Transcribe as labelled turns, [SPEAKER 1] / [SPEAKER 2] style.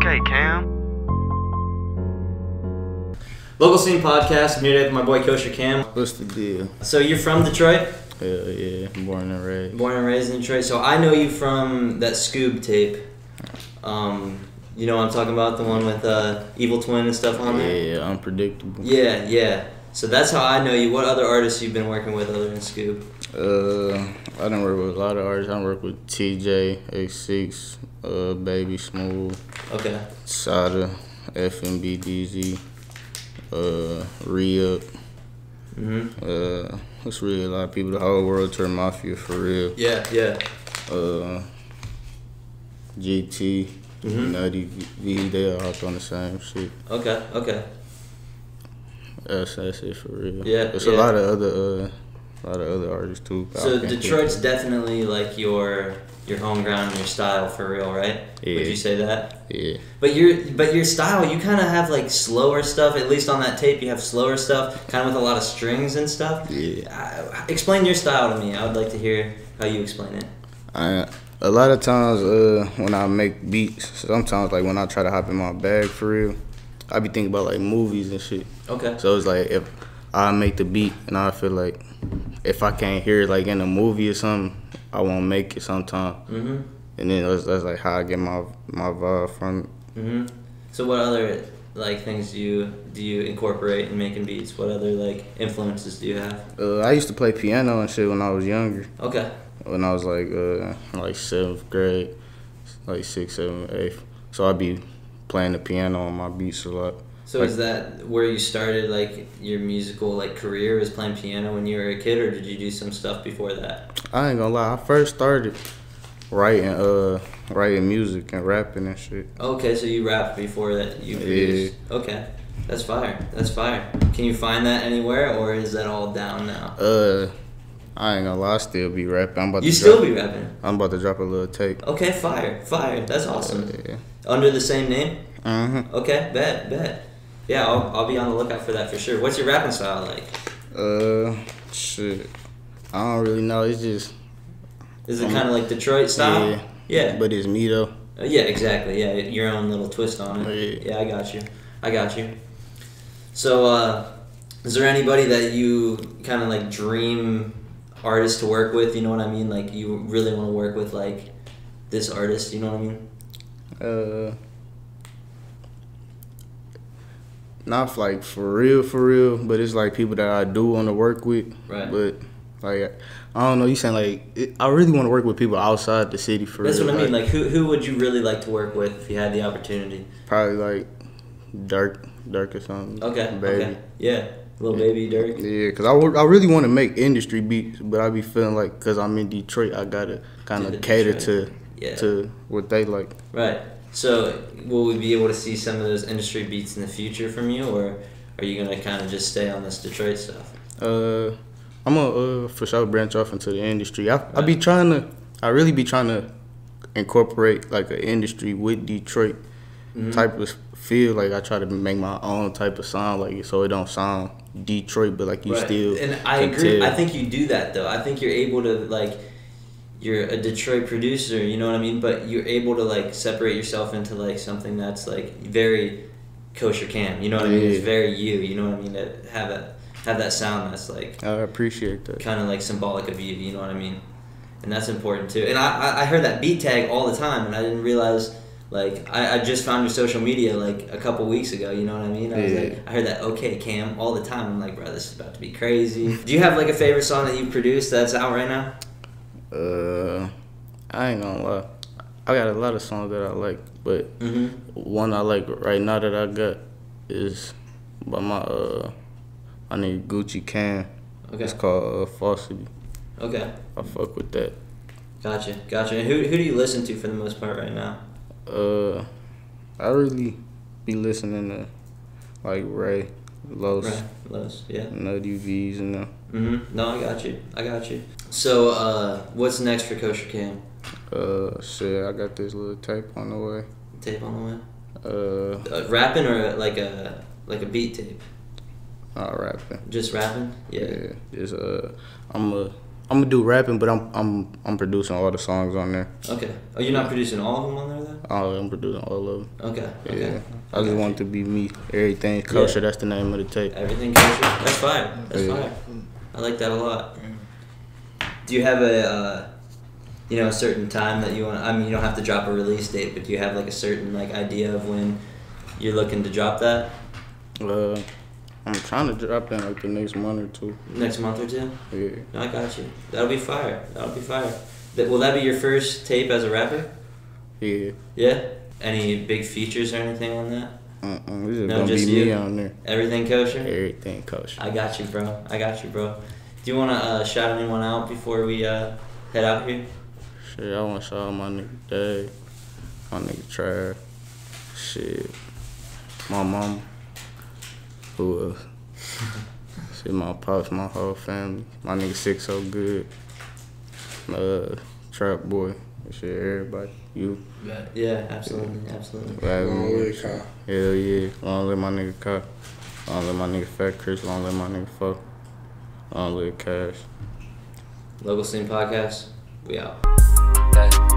[SPEAKER 1] play, Cam.
[SPEAKER 2] Local Scene Podcast. I'm here today with my boy Kosher Cam.
[SPEAKER 3] What's the deal?
[SPEAKER 2] So you're from Detroit,
[SPEAKER 3] Hell yeah, born and raised.
[SPEAKER 2] born and raised in Detroit. So I know you from that Scoob tape. Um, you know what I'm talking about, the one with uh, Evil Twin and stuff on there.
[SPEAKER 3] Yeah, unpredictable.
[SPEAKER 2] Yeah, yeah. So that's how I know you. What other artists you've been working with other than Scoob?
[SPEAKER 3] Uh, I done work with a lot of artists. I done work with TJ, X6, uh, Baby Smooth,
[SPEAKER 2] Okay.
[SPEAKER 3] Sada, FMBDZ, uh, Re-Up.
[SPEAKER 2] hmm
[SPEAKER 3] Uh, it's really a lot of people. The whole world turned mafia for real.
[SPEAKER 2] Yeah, yeah.
[SPEAKER 3] Uh, GT,
[SPEAKER 2] Mhm.
[SPEAKER 3] Nutty, V, they all hopped on the same shit.
[SPEAKER 2] Okay, okay.
[SPEAKER 3] That's, that's it for real.
[SPEAKER 2] Yeah,
[SPEAKER 3] it's
[SPEAKER 2] yeah.
[SPEAKER 3] a lot of other, uh, a lot of other artists too. but I
[SPEAKER 2] So
[SPEAKER 3] can't think
[SPEAKER 2] Detroit's
[SPEAKER 3] of-
[SPEAKER 2] definitely like your your home ground and your style for real, right? Would
[SPEAKER 3] Yeah.
[SPEAKER 2] you say that?
[SPEAKER 3] yeah,
[SPEAKER 2] But your but your style, you kind of have like slower stuff. At least on that tape, you have slower stuff, kind of with a lot of strings and stuff.
[SPEAKER 3] yeah.
[SPEAKER 2] Uh, explain your style to me. I would like to hear how you explain it.
[SPEAKER 3] I a lot of times uh, when I make beats, sometimes like when I try to hop in my bag for real, I be thinking about like movies and shit.
[SPEAKER 2] Okay.
[SPEAKER 3] So it's like if I make the beat and I feel like if I can't hear it like in a movie or something, I won't make it sometime.
[SPEAKER 2] Mhm.
[SPEAKER 3] And then that's, that's like how I get my my vibe from it.
[SPEAKER 2] Mhm. So what other like things do you do you incorporate in making beats? What other like influences do you have?
[SPEAKER 3] Uh, I used to play piano and shit when I was younger.
[SPEAKER 2] Okay.
[SPEAKER 3] when I was like uh like seventh grade, like sixth, seventh, eighth. So I'd be playing the piano on my beats a lot.
[SPEAKER 2] So is that where you started like your musical like career was playing piano when you were a kid or did you do some stuff before that?
[SPEAKER 3] I ain't gonna lie, I first started writing uh writing music and rapping and shit.
[SPEAKER 2] Okay, so you rapped before that you
[SPEAKER 3] Yeah.
[SPEAKER 2] produced. Okay. That's fire. That's fire. Can you find that anywhere or is that all down now?
[SPEAKER 3] Uh I ain't gonna lie, I still be rapping. I'm about
[SPEAKER 2] You
[SPEAKER 3] to
[SPEAKER 2] still
[SPEAKER 3] drop,
[SPEAKER 2] be rapping.
[SPEAKER 3] I'm about to drop a little tape.
[SPEAKER 2] Okay, fire. Fire. That's awesome.
[SPEAKER 3] Yeah.
[SPEAKER 2] Under the same name?
[SPEAKER 3] Mm-hmm.
[SPEAKER 2] Okay, bet, bet. Yeah, I'll, I'll be on the lookout for that for sure. What's your rapping style like?
[SPEAKER 3] Uh shit. I don't really know, it's just
[SPEAKER 2] Is it
[SPEAKER 3] Um,
[SPEAKER 2] kind of like Detroit style?
[SPEAKER 3] yeah.
[SPEAKER 2] Yeah.
[SPEAKER 3] But it's me though.
[SPEAKER 2] Uh, Yeah, exactly. Yeah, your own little twist on it.
[SPEAKER 3] Yeah.
[SPEAKER 2] Yeah, I got you. I got you. So, uh, is there anybody that you kind of like dream artist to work with? You know what I mean? Like, you really want to work with like this artist? You know what I mean?
[SPEAKER 3] Uh, not like for real, for real, but it's like people that I do want to work with.
[SPEAKER 2] Right.
[SPEAKER 3] But like, I don't know. You saying like, it, I really want to work with people outside the city for
[SPEAKER 2] That's
[SPEAKER 3] real.
[SPEAKER 2] what I mean. Like, who who would you really like to work with if you had the opportunity?
[SPEAKER 3] probably like Dirk, Dirk or something.
[SPEAKER 2] Okay.
[SPEAKER 3] Baby.
[SPEAKER 2] Okay. Yeah. Little baby Dirk.
[SPEAKER 3] Yeah, cause I, wa- I really want to make industry beats, but I be feeling like cause I'm in Detroit, I gotta kind
[SPEAKER 2] To the
[SPEAKER 3] of cater
[SPEAKER 2] Detroit.
[SPEAKER 3] to
[SPEAKER 2] Yeah.
[SPEAKER 3] to what they like.
[SPEAKER 2] Right. So, will we be able to see some of those industry beats in the future from you, or are you gonna kind of just stay on this Detroit stuff?
[SPEAKER 3] Uh, I'm gonna uh, for sure branch off into the industry. I I be trying to, I really be trying to incorporate like an industry with Detroit
[SPEAKER 2] Mm-hmm.
[SPEAKER 3] type of feel. Like I try to make my own type of sound, like so it don't sound Detroit, but like you
[SPEAKER 2] Right.
[SPEAKER 3] still
[SPEAKER 2] and I
[SPEAKER 3] can
[SPEAKER 2] agree.
[SPEAKER 3] tell.
[SPEAKER 2] I think you do that though. I think you're able to like you're a Detroit producer, you know what I mean? But you're able to like separate yourself into like something that's like very kosher cam, you know what I mean?
[SPEAKER 3] Yeah.
[SPEAKER 2] It's very you, you know what I mean? To have that have that sound that's like
[SPEAKER 3] I appreciate that.
[SPEAKER 2] kind of like symbolic of you, you know what I mean? And that's important too. And I, I- I heard that beat tag all the time, and I didn't realize, like, I, I just found your social media like a couple weeks ago, you know what I mean? I was
[SPEAKER 3] Yeah.
[SPEAKER 2] like, I heard that okay cam all the time. I'm like, bro, this is about to be crazy. Do you have like a favorite song that you produced that's out right now?
[SPEAKER 3] Uh, I ain't gonna lie. I got a lot of songs that I like, but
[SPEAKER 2] Mm-hmm.
[SPEAKER 3] one I like right now that I got is by my uh, I need Gucci Can.
[SPEAKER 2] Okay.
[SPEAKER 3] It's called uh, Falsity.
[SPEAKER 2] Okay.
[SPEAKER 3] I fuck with that.
[SPEAKER 2] Gotcha. Gotcha. And who, who do you listen to for the most part right now?
[SPEAKER 3] Uh, I really be listening to like Ray, Los,
[SPEAKER 2] Right. Los. Yeah.
[SPEAKER 3] Nutty V's and them.
[SPEAKER 2] Mm-hmm. No, I got you. I got you. So, uh, what's next for Kosher Cam?
[SPEAKER 3] Uh, shit, I got this little tape on the way.
[SPEAKER 2] Tape on the way.
[SPEAKER 3] Uh,
[SPEAKER 2] Uh, rapping or uh, like a like a beat tape?
[SPEAKER 3] not rapping.
[SPEAKER 2] Just rapping? Yeah.
[SPEAKER 3] Just uh, I'm a I'm gonna do rapping, but I'm I'm I'm producing all the songs on there.
[SPEAKER 2] Okay. Oh, you're not producing all of them on there then?
[SPEAKER 3] Uh, I'm producing all of them.
[SPEAKER 2] Okay.
[SPEAKER 3] Yeah,
[SPEAKER 2] Okay.
[SPEAKER 3] I just want it to be me. Everything kosher. That's the name of the tape.
[SPEAKER 2] Everything kosher. That's fine. That's
[SPEAKER 3] Yeah. Mm.
[SPEAKER 2] fine. I like that a lot. Do you have a, uh, you know, a certain time that you want? I mean, you don't have to drop a release date, but do you have like a certain like idea of when you're looking to drop that
[SPEAKER 3] Uh, I'm trying to drop in like the next month or two.
[SPEAKER 2] next month or two?
[SPEAKER 3] Yeah.
[SPEAKER 2] No, I got you. That'll be fire. That'll be fire. That, will that be your first tape as a rapper?
[SPEAKER 3] Yeah.
[SPEAKER 2] Yeah. Any big features or anything on that?
[SPEAKER 3] Uh-uh. It's just
[SPEAKER 2] No,
[SPEAKER 3] gonna
[SPEAKER 2] just
[SPEAKER 3] be me
[SPEAKER 2] you.
[SPEAKER 3] on there.
[SPEAKER 2] Everything kosher.
[SPEAKER 3] Everything kosher.
[SPEAKER 2] I got you, bro. I got you, bro. Do you want to uh, shout anyone out before we uh, head out here?
[SPEAKER 3] Shit, I want to shout out my nigga Dave, my nigga Trav, shit, my mom, who else? shit, my pops, my whole family, my nigga Six So Good, uh, Trap Boy, shit, everybody, you,
[SPEAKER 2] Yeah, absolutely, absolutely.
[SPEAKER 3] Last
[SPEAKER 1] Long
[SPEAKER 3] one.
[SPEAKER 1] live Kyle.
[SPEAKER 3] hell yeah, long live my nigga Kai, long live my nigga Fat Chris, long live my nigga Fuck, long live Cash.
[SPEAKER 2] Local Scene Podcast. We out.
[SPEAKER 4] that.